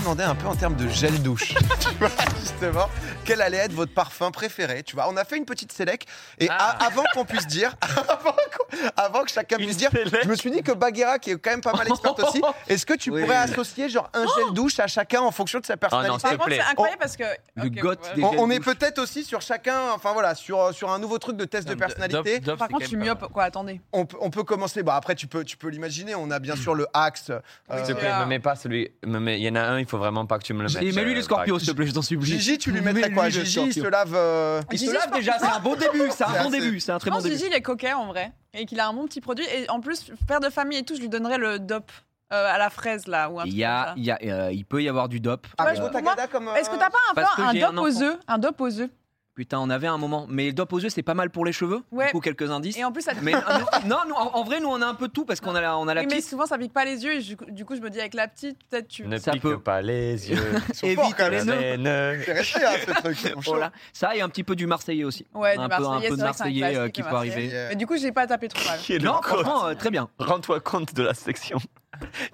demandais un peu en termes de gel douche, tu vois, justement, quel allait être votre parfum préféré, tu vois. On a fait une petite sélec et Ah. a- avant qu'on puisse dire, avant, qu'on- avant que chacun Une puisse dire, sélec. je me suis dit que Bagheera, qui est quand même pas mal experte aussi, est-ce que tu Oui. pourrais associer genre un gel douche à chacun en fonction de sa personnalité s'il te Par contre, plaît. c'est incroyable parce que. Le Ok, goth voilà. des- on, gels on est douche. peut-être aussi sur chacun, enfin voilà, sur, sur un nouveau truc de test de personnalité. Par contre, je suis myope. Quoi, attendez. On, peut- on peut commencer. Bah après, tu peux, tu peux l'imaginer. On a bien sûr le axe. Oui, euh, c'est S'il te plaît, Ah. ne me mets pas celui. me mets- Il y en a un, il faut vraiment pas que tu me le mettes. Et mets-lui euh, le scorpio, Greg. s'il te plaît, je t'en supplie. Gigi, tu lui Mets-lui mettrais quoi le Gigi, il Scorpio. se lave. euh, Il se Gigi, lave Scorpio. déjà, c'est un bon début, c'est C'est un bon assez- début, c'est un très Je bon pense que début. Gigi, il est coquet en vrai. Et qu'il a un bon petit produit. Et en plus, père de famille et tout, je lui donnerais le dop euh, à la fraise là. Ou un Il, truc y a, comme ça. il, y a, euh, il peut y avoir du dop. Ah, Ouais, mais je je- vois ta moi, gada comme, euh, Est-ce que t'as pas un peu Parce que un j'ai dop un aux enfant. œufs Un dop aux œufs Putain, on avait un moment. Mais le dop aux yeux, c'est pas mal pour les cheveux. Ouais. Du coup, quelques indices. Et en plus, ça. Mais non, nous- non, nous, en, en vrai, nous, on a un peu tout parce qu'on a la, on a la Oui, mais petite. souvent, ça pique pas les yeux. Et je- du coup, je me dis, avec la petite, peut-être tu. Ne Ça pique peut. pas les yeux. ils sont forts, quand les même. nœuds. nœuds. C'est resté, hein, ce truc. Ils sont chauds. Voilà. Ça et un petit peu du Marseillais aussi. Ouais, du un peu, un Marseillais, peu de c'est vrai que c'est un Marseillais euh, classique, qui le peut arriver. Marseillais. Et, euh, Mais du coup, j'ai pas tapé trop mal. Qui est le Non, goth franchement, euh, très bien. Rends-toi compte de la section.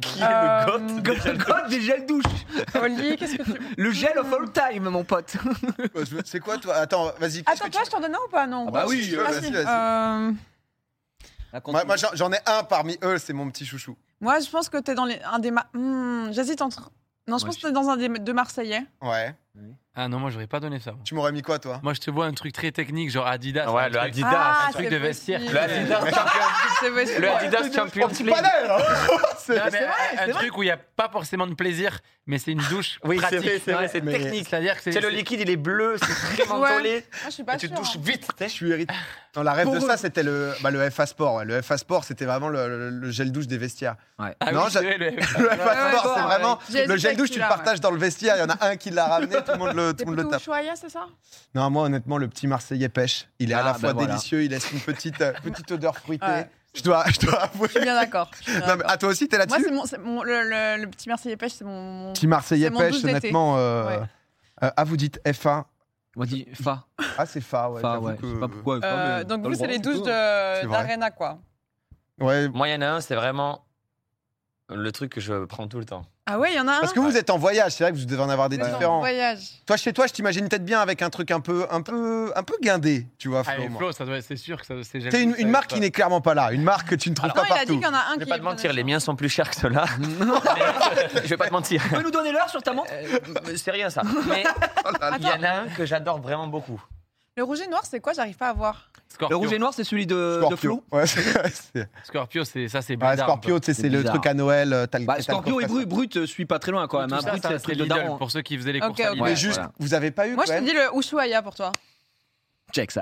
Qui est Euh, le goth God, des gels douche. Oli, qu'est-ce que tu. Le gel of all time, mon pote. euh, je- C'est quoi, toi Attends, vas-y. qu'est-ce Attends, que toi, tu- je t'en donne un ou pas Non. Ah bah oui, si tu veux, Ah, vas-y, si. vas-y. Euh, Moi, moi, j'en- j'en ai un parmi eux, c'est mon petit chouchou. Moi, je pense que t'es dans les... un des. Mar- Hmm, J'hésite entre. Non, je Moi, pense que t'es dans un des deux Marseillais. Ouais. Ah non, moi j'aurais pas donné ça. moi. Tu m'aurais mis quoi, toi Moi je te vois un truc très technique, genre Adidas. Ouais, un le truc- Adidas. Ah, un truc c'est de vestiaire. possible. Le Adidas C'est possible. Le Adidas Champions Oh, petit League. panel, hein C'est- Non, mais un truc où il n'y a pas forcément de plaisir, mais c'est une douche Oui, c'est pratique. vrai, c'est vrai, c'est Mais- technique. C'est-à-dire que c'est. C'est le liquide, il est bleu, c'est très mentholé. Moi, je suis Et pas tu te sûre. douches hein. vite. tu sais. Je suis hérité. Non, la rêve Pour de eux. ça, c'était le, bah, le FA Sport. ouais. Le FA Sport, c'était vraiment le, le- le gel douche des vestiaires. Ah Non, oui, j'a- c'est le- Le FA ouais, Sport, c'est ouais. vraiment. J'ai hésité Le gel avec douche, tu le celui-là, partages dans le vestiaire. Il y en a un qui l'a ramené, tout le monde le, tout T'es le, monde le plutôt tape. Ushuaïa, c'est ça Non, moi, honnêtement, le petit Marseillais pêche. Il est à Ah, la bah fois voilà. délicieux, il laisse une petite, euh, petite odeur fruitée. Ouais. Je, dois, je dois avouer. Je suis bien d'accord. je suis bien Non, mais, d'accord. ah, toi aussi, t'es Moi, là-dessus c'est mon, c'est mon- le, le- le petit Marseillais pêche, c'est mon. mon- Petit Marseillais c'est mon pêche, douche d'été. honnêtement. euh, Ouais. euh, ah, vous dites F1. On dit fa. Ah, c'est FA, ouais. fa, j'avoue ouais. que- Je sais pas pourquoi. fa, Euh, mais donc, dans vous, le c'est bras, les douches tout. C'est de- vrai. d'Arena, quoi. Ouais. Moi, il y en a un, c'est vraiment le truc que je prends tout le temps. Ah ouais, il y en a un. Parce que vous êtes en voyage, c'est vrai que vous devez en avoir des Vous êtes en différents. voyage. Toi, chez toi, je t'imagine peut-être bien avec un truc un peu, un peu, un peu guindé, tu vois, Ah, Flo. mais moi. Flo, ça doit- c'est sûr que ça- c'est T'es une, ça- une marque qui ça- n'est clairement pas là, une marque que tu ne trouves Non, pas il a dit partout. qu'il y en a un Je qui. vais pas te est mentir, preneur. les miens sont plus chers que ceux-là. je vais pas te mentir. Tu peux nous donner l'heure sur ta montre Euh, c'est rien ça. Oh Mais il y en a un que j'adore vraiment beaucoup. Le rouge et noir, c'est quoi J'arrive pas à voir. Le Scorpio. rouge et noir, c'est celui de, de Flo. Scorpio. Ouais, c'est- c'est- Scorpio, c'est ça, c'est Ouais, bizarre. Scorpio, tu sais, C'est c'est le bizarre. truc à Noël. euh, T'as le- t'as Bah, le Scorpio et coffret, Brut, Brut euh, suit pas très loin quand même. hein. ça, Brut, ça, c'est le c'est truc de Lidl, daron. pour ceux qui faisaient les Ok, courses à ok. Lidl. Mais Ouais, juste, voilà. vous avez pas eu Moi, quand je même te dis le Ushuaïa pour toi. Check ça.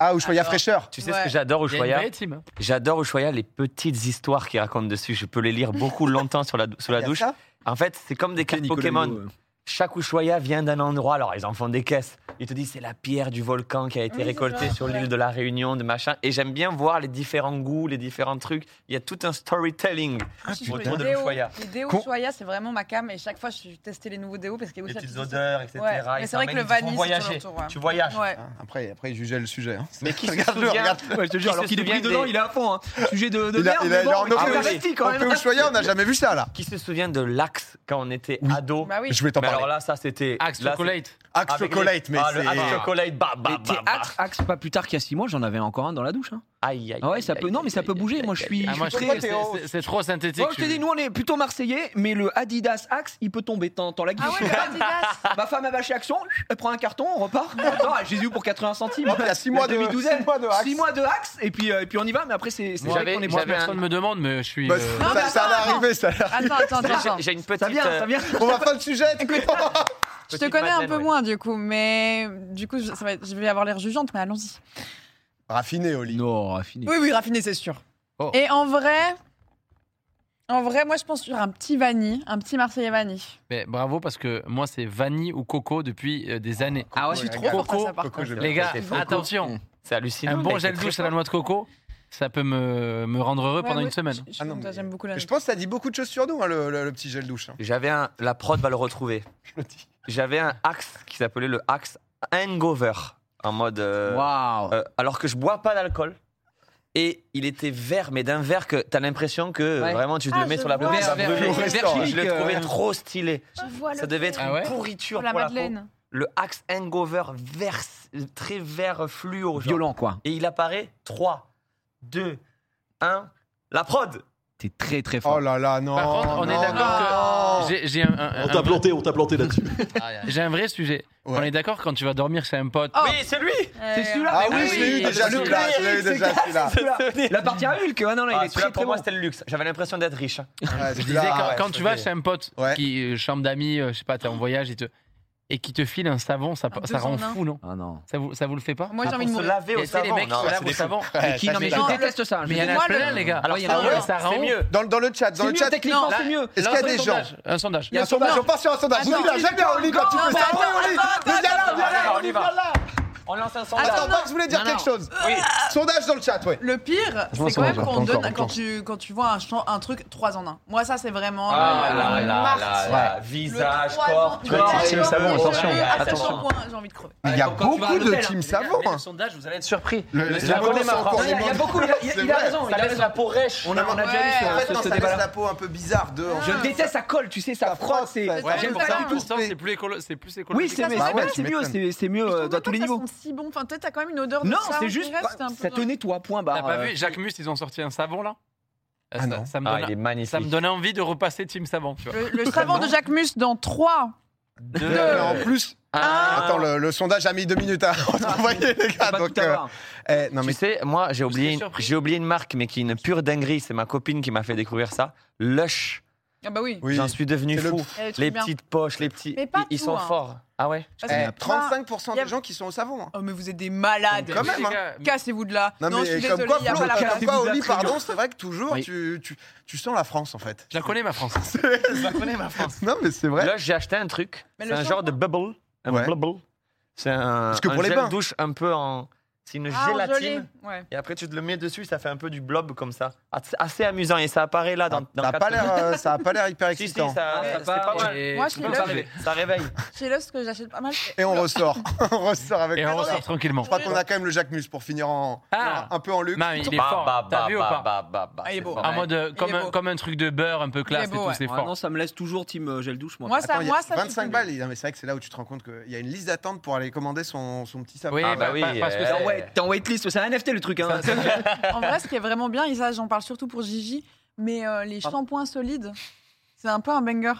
Ah, Ushuaïa fraîcheur. Tu sais Ouais. ce que j'adore Il y a une Ushuaïa vraie team. hein. J'adore Ushuaïa les petites histoires qu'il raconte dessus. Je peux les lire beaucoup longtemps sur la, sous Il la y a douche. ça En fait, c'est comme des cartes Pokémon. Chaque Ushuaïa vient d'un endroit. Alors, ils en font des caisses. Ils te disent c'est la pierre du volcan qui a été Oui, c'est récoltée ça, sur ouais. l'île de la Réunion, de machin. Et j'aime bien voir les différents goûts, les différents trucs. Il y a tout un storytelling. Je suis autour sur de les déos. l'Ushuaïa. Les déos Con- Ushuaïa, c'est vraiment ma cam. Et chaque fois, je suis testé les nouveaux déos parce qu'il y a Les aussi la petites petite- odeurs, etc. Ouais, Et mais ça c'est vrai que emmène- ils le te font vanille, c'est voyager. toujours le tour, hein. Tu voyages. Ouais. Ah, Après, après, il jugeait le sujet. hein. Mais qui se Regarde-le, souvient regarde. Ouais, je te jure, Qui alors se qu'il est pris souvient dedans, des- il est à fond. hein. Sujet de, de Il a- merde, il a- mais bon, il a en il est opéré. investi quand On peut même. hein. Ushuaïa, on n'a jamais vu ça là. Qui se souvient de l'axe quand on était Oui. ado Bah oui. Je vais t'en Mais alors parler. là, ça c'était. Axe là, Chocolate. c'est- Axe avec les- chocolate, mais Ah, le Axe c'est. chocolate, bah, bah, Mais t'es bah, bah. axe, axe, pas plus tard qu'il y a 6 mois, j'en avais encore un dans la douche. hein. Aïe, aïe. Ah ouais, aïe, ça aïe, peut. Non, aïe, mais ça aïe, peut aïe, bouger. aïe, Moi, je aïe, suis. aïe. Ah, moi, je je suis trouve que très. c'est- c'est- C'est trop synthétique. Ouais, je te dis, nous on est plutôt marseillais, mais le Adidas Axe, il peut tomber. T'en t'en la Ah guiche. ouais, le Adidas. Ma femme a bâché Action, elle prend un carton, on repart. Attends, à Jésus pour 80 centimes. Hop, il y a six mois de- six mois de Axe. 6 mois de Axe, et puis, euh, et puis on y va, mais après, c'est c'est Moi, vrai j'avais- qu'on est j'avais moins un- personne. Personne me demande, mais je suis. Bah, euh, ça- Ça va arriver, ça. Attends, attends, attends. attends. J'ai une petite. Ça vient, euh, ça vient. On va faire le sujet. tu comprends Je te petite connais un Madeleine, peu ouais. moins du coup, mais du coup, je, ça va être- je vais avoir l'air jugeante, mais allons-y. Raffiné, Oli. Non, fini. Oui, oui, raffiné, c'est sûr. Oh. Et en vrai, en vrai, moi, je pense sur un petit vanille, un petit Marseillais vanille. mais bravo parce que moi, c'est vanille ou coco depuis euh, des années. Ah ouais, je suis Coco, trop fort. Coco, Coco, je- Les gars, C'était fou. attention, C'est hallucinant. un bon mais gel c'est très douche à la fort. noix de coco, ça peut me, me rendre heureux pendant une semaine. Ah non, mais- J'aime beaucoup la. Je pense que ça dit beaucoup de choses sur nous, hein, le, le- le petit gel douche. hein. J'avais un. La prod va le retrouver. Je le dis. J'avais un axe qui s'appelait le axe hangover. En mode. euh, Waouh. euh, alors que je bois pas d'alcool. Et il était vert, mais d'un vert que t'as l'impression que euh, Ouais. vraiment tu te Ah, le mets je sur la vois. peau. ça Vert- brûle au vert- restaurant. vert Je l'ai chimique, trouvé euh, trop stylé. Je vois Ah, le Ça devait être truc. Ah ouais une pourriture Pour pour la la, peau. Madeleine. Le Axe Hangover vert, très vert fluo. genre. Violent, quoi. Et il apparaît 3, 2, 1. La prod T'es très, très fort. Oh là là, non. Par contre, on est non, d'accord non. que j'ai- j'ai un, un- On un t'a vrai- planté, on t'a planté là-dessus. j'ai un vrai sujet. Ouais. On est d'accord quand tu vas dormir chez un pote. Oh. Oui, c'est lui Euh, celui-là. Ah Ah oui, oui, je l'ai eu le déjà celui-là. Je l'ai eu déjà celui-là. La partie à Hulk, ah non, là, Ah, il est celui-là, très, pour très moi, bon. c'était le luxe. J'avais l'impression d'être riche. Ouais, Je disais, celui-là, quand, Ah ouais, quand tu vas chez celui-là. un pote, Ouais. qui, euh, chambre d'amis, euh, je sais pas, t'es en voyage et, te, et qui te file un savon, ça, Un ça deux en rend un. fou, non Ah non. ça vous, ça vous le fait pas Moi, j'ai envie de Ah, Pour se mourir. laver Et au tu sais, les savon. mecs non, qui se là, lavent c'est au des savon. Ouais, Mais qui, ça, non, mais c'est- Non, je déteste ça. Mais il y en Moi, a le- plein, les gars. Alors, Ah Ouais, il y en a Ah ça un, rend, ouais. ça C'est rend. mieux. Dans le, dans le chat, dans C'est le mieux chat, techniquement, Non. c'est mieux. est-ce qu'il y Lance a un des gens sondage, Un sondage. Il y a un sondage, on part sur un sondage. Vous Attends, dites, viens, viens, on lit quand tu non, peux mais ça. attends, Oui, on lit. attends, Mais viens là, attends, viens là, attends, on lit, Ah, on y va. viens là. On lance un sondage. Attends, non. Max voulait dire Non, quelque non. chose. Oui. Sondage dans le chat, ouais. Le pire, Je m'en c'est quand même souviens qu'on encore, donne encore, quand encore. tu, quand tu vois un, chan- un truc 3 en 1. Moi, ça, c'est vraiment. Ah euh, là là le là martyr. là, Le visage, trois en- corps, le tu vois. trois c'est le en un, savon, les attention, cheveux, à attention. chaque shampoing, J'ai envie de crever. Il y a Quand tu vas à beaucoup de l'hôtel, team les gars, savon. faites hein. le sondage, vous allez être surpris. Le- le- Ça la connaît peau ma sans phrase. corps, Il y a- il y a monde. beaucoup, il a- il a- C'est il a vrai. raison, il Ça a laisse raison. la peau rêche. On a, on a déjà Ouais. vu En ça, fait, ce, non, ce ça laisse débat-là. la peau un peu bizarre de. Je déteste, ça colle, tu sais, ça Ça frotte. frotte, C'est... ouais. Ouais, J'aime mais pas ça, du en tout. plus, ça, C'est plus écolo, c'est plus écologique. Oui, c'est, mais Bah c'est ouais, bien, tu c'est mieux, m'étonnes. c'est, c'est mieux Je euh, trouve dans même pas tous les que ça niveaux. sente si bon, enfin, peut-être t'as quand même une odeur de Non, savon c'est qui juste, reste, c'est un peu- ça te nettoie, point T'as barre. pas euh, vu Jacques Mus, ils ont sorti un savon là Ah ça, non. ça me Ah, donne, il est ça me magnifique. donne envie de repasser Team Savon. Tu vois. Le, le savon de Jacques Mus dans 3. Mais En plus, Ah. attends, le, le sondage a mis deux minutes à envoyer, les c'est gars. pas Donc, tout à euh, voir. eh, non, mais Tu sais, moi, j'ai oublié, serais une- surpris. j'ai oublié une marque, mais qui est une pure dinguerie. C'est ma copine qui m'a fait découvrir ça. Lush. Ah bah oui. oui. J'en suis devenu C'est le- fou. Elle est trop Les bien. petites poches, les petits. Mais pas ils ils tout, sont hein. forts. Ah ouais Parce que- Eh, 35% y a- des gens qui sont au savon. hein. Oh, mais vous êtes des malades. Quand même, Les hein. gars, Cassez-vous de là. Non, je mais suis comme désolée, quoi, il y a Flo, pas la comme place. quoi, Vous Oli, êtes très pardon, bien. c'est vrai que toujours, Oui. tu, tu, tu sens la France, en fait. Je la connais ma France. Je la connais ma France. non, mais c'est vrai. Lush, j'ai acheté un truc. Mais C'est le un shampoing. genre de bubble. Un Ouais. bubble. C'est un, Parce que un pour les gel bains. douche un peu en. C'est une Ah, gélatine. gelée. Ouais. Et après, tu te le mets dessus, ça fait un peu du blob comme ça. Assez, assez amusant. Et ça apparaît là dans. Ça- dans ça a quatre pas l'air, minutes. euh, ça a pas l'air hyper Si, si, excitant. ça, Ah, ça- c'était pas mal. Moi, je suis Ça là. réveille. Ça réveille. Chez Lost, ce que j'achète pas mal. Et on ressort. on ressort avec. Et Je on Attendez. ressort tranquillement. crois qu'on a quand même le Jacquemus pour finir en Ah. un peu en luxe. Non, mais il est Bah, fort. bah, T'as bah, vu ou bah, pas bah, bah, bah, Ah, il est c'est beau. pas En mal. mode euh, comme beau. un, comme un truc de beurre un peu classe beau, et tout, ouais. c'est Ouais, fort. non, ça me laisse toujours team euh, gel douche, moi. Moi, Attends, ça, il y a moi, ça. 25 pue. balles. Non, mais c'est vrai que c'est là où tu te rends compte qu'il y a une liste d'attente pour aller commander son, son petit savon. Oui, Ah, bah, bah oui, pa- parce que euh, ça- T'es en wait- t'es en waitlist, c'est un NFT le truc. Hein. En vrai, ce qui est vraiment bien, et ça, j'en parle surtout pour Gigi, mais euh, les Pardon. shampoings solides, c'est un peu un banger.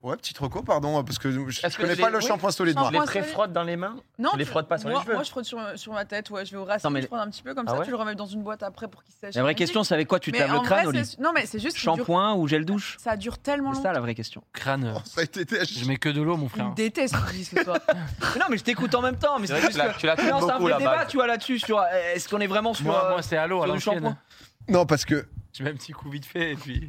Ouais, petit troco, pardon, parce que je, Est-ce je que connais les- pas le oui. shampoing solide, moi. Je les Moi, pré-frotte dans les mains. Non, Tu les tu- frottes pas sur les moi, cheveux Moi, je frotte sur, sur ma tête, ouais, je vais au racine, Non, mais- je prends un petit peu comme Ah ça, ouais tu le remets dans une boîte après pour qu'il sèche. La vraie question, c'est avec quoi tu te Mais laves en le crâne, vrai, Oli c'est- Non, mais c'est juste qu'il dure- Shampoing ou gel douche ça dure tellement C'est longtemps. ça la vraie question. crâne. Oh, ça a été Je mets que de l'eau, mon Il frère. me déteste Gigi, ce soir. Mais non, mais je t'écoute en même temps. Mais C'est c'est vrai que juste tu la- que. tu la coupes Non, c'est un beaucoup vrai la débat, bague. tu vois, là-dessus. Sur euh, est-ce qu'on est vraiment sur. Moi, euh, moi, c'est à l'eau, à sur du l'ancienne. shampoing. Non, parce que. Je mets un petit coup vite fait et puis.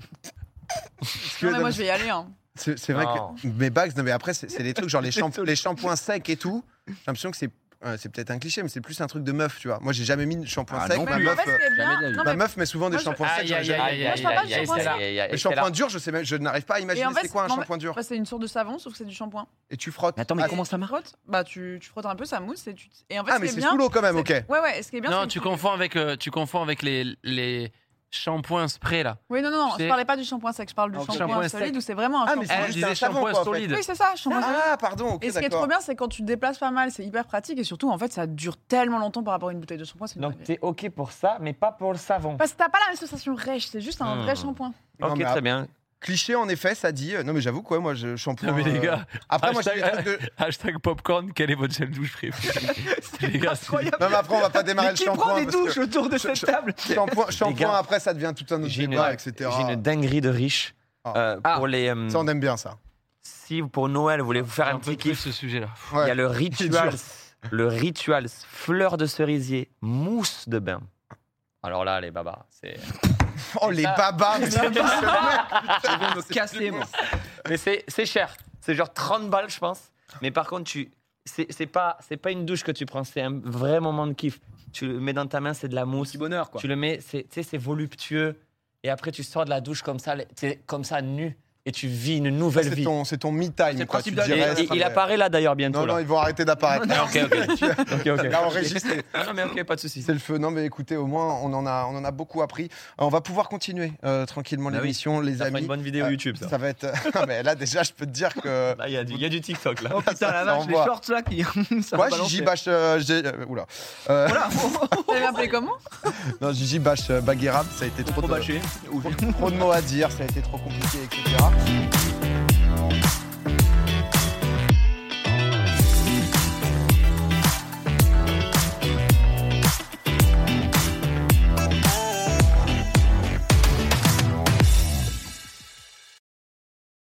parce que- euh, Non, mais moi, je vais y aller. hein. C'est c'est vrai Non. que. Mais Bags, non, mais après, c'est c'est des trucs genre les, shampo- les shampoings secs et tout. J'ai l'impression que c'est. euh, c'est peut-être un cliché, mais c'est plus un truc de meuf, tu vois. Moi, j'ai jamais mis de shampoing Ah, sec. non ma, Mais en meuf, fait, ce qui euh, est jamais de la bien. vie. non, ma mais- meuf met souvent des moi, je- shampoings secs. Aïe, j'en ai aïe, jamais aïe, Aïe, mis. aïe, je parle pas de aïe, aïe, shampoing aïe, aïe, aïe. Les C'est la- shampoings durs, je sais même, je n'arrive pas à imaginer en fait, c'est quoi un non, mais- shampoing dur. Bah, c'est une sorte de savon, sauf que c'est du shampoing. Et tu frottes. Mais attends, mais Ah, comment ça Tu marche frottes, bah, tu, tu frottes un peu, ça mousse. Et, tu... et en fait, Ah, ce mais qui est c'est bien. sous l'eau quand même, ok. c'est- Ouais, ouais, et ce qui est bien. Non, c'est que tu confonds avec euh, tu confonds avec les les shampoings spray là. Oui, non, non, non, C'est- je parlais pas du shampoing sec, je parle du Ok. shampoing Shampoing sec. solide où c'est vraiment Ah, un mais shampoing. c'est Elle juste disait un savon, shampoing quoi, en fait. solide. Oui, c'est ça, shampoing solide. Ah, pardon, ok, Et ce qui est d'accord. trop bien, c'est quand tu te déplaces pas mal, c'est hyper pratique et surtout, en fait, ça dure tellement longtemps par rapport à une bouteille de shampoing. c'est une Donc dinguerie. t'es ok pour ça, mais pas pour le savon. Parce que t'as pas la même sensation rêche, c'est juste un Hmm. vrai shampoing. Non, Ok, mais très après- bien. Cliché, en effet, ça dit. euh, Non, mais j'avoue, quoi, moi, je shampoing. Non mais les euh, gars, Après, moi, j'ai des hashtag- trucs de. hashtag popcorn, quel est votre gel douche préféré Les gars, c'est- Incroyable. Non, mais après, on va pas démarrer Mais le qui prend shampoing. des parce que douches autour de je- cette je- table Shampoing, shampoing gars, après, ça devient tout un autre J'ai une, débat, etc. j'ai une dinguerie de riche. Ah. Euh, Ah. Pour les, euh, Ça, on aime bien ça. si pour Noël vous voulez vous faire un J'en peux petit plus de kiff, ce sujet là. il y a Ouais. le dur. rituals, le rituals, fleur de cerisier, mousse de bain. Alors là, les babas, c'est. Oh, les babas, mais c'est Je vais me casser, moi. Mais c'est c'est cher. C'est genre 30 balles, je pense. Mais par contre, tu c'est c'est pas c'est pas une douche que tu prends, c'est un vrai moment de kiff. Tu le mets dans ta main, c'est de la mousse. Petit bonheur, quoi. Tu le mets, c'est- tu sais, c'est voluptueux. Et après, tu sors de la douche comme ça, les- t'es comme ça nu. Et et tu vis une Ça, nouvelle Ah, C'est vie. ton, c'est ton C'est me-time. le quoi. Tu principe te d'un- Et- dis, et- reste, il après. apparaît là d'ailleurs bientôt. Non, non, là. ils vont arrêter d'apparaître. Ah, ok, ok. Ok, ok. Là, on registre. Ah, non, mais ok, pas de souci. C'est le feu. Non, mais écoutez, au moins, on en a, on en a beaucoup appris. Euh, On va pouvoir continuer euh, tranquillement Bah oui. l'émission, les Ça fera une amis. bonne vidéo Euh, YouTube. Ça. Ça va être. Ah, mais là, déjà, je peux te dire que. Bah, Là, Il y, a du- il y a du TikTok là. Oh putain, Ça la vache, les envoie. shorts là qui. ça va Moi, balancer. Gigi Bash. euh, j'ai- euh, oula. Euh, Voilà, Vous l'avez appelé comment Non, Gigi Bash euh, Baguera, ça a été trop, trop de, bâché. trop de mots à dire, ça a été trop compliqué, etc.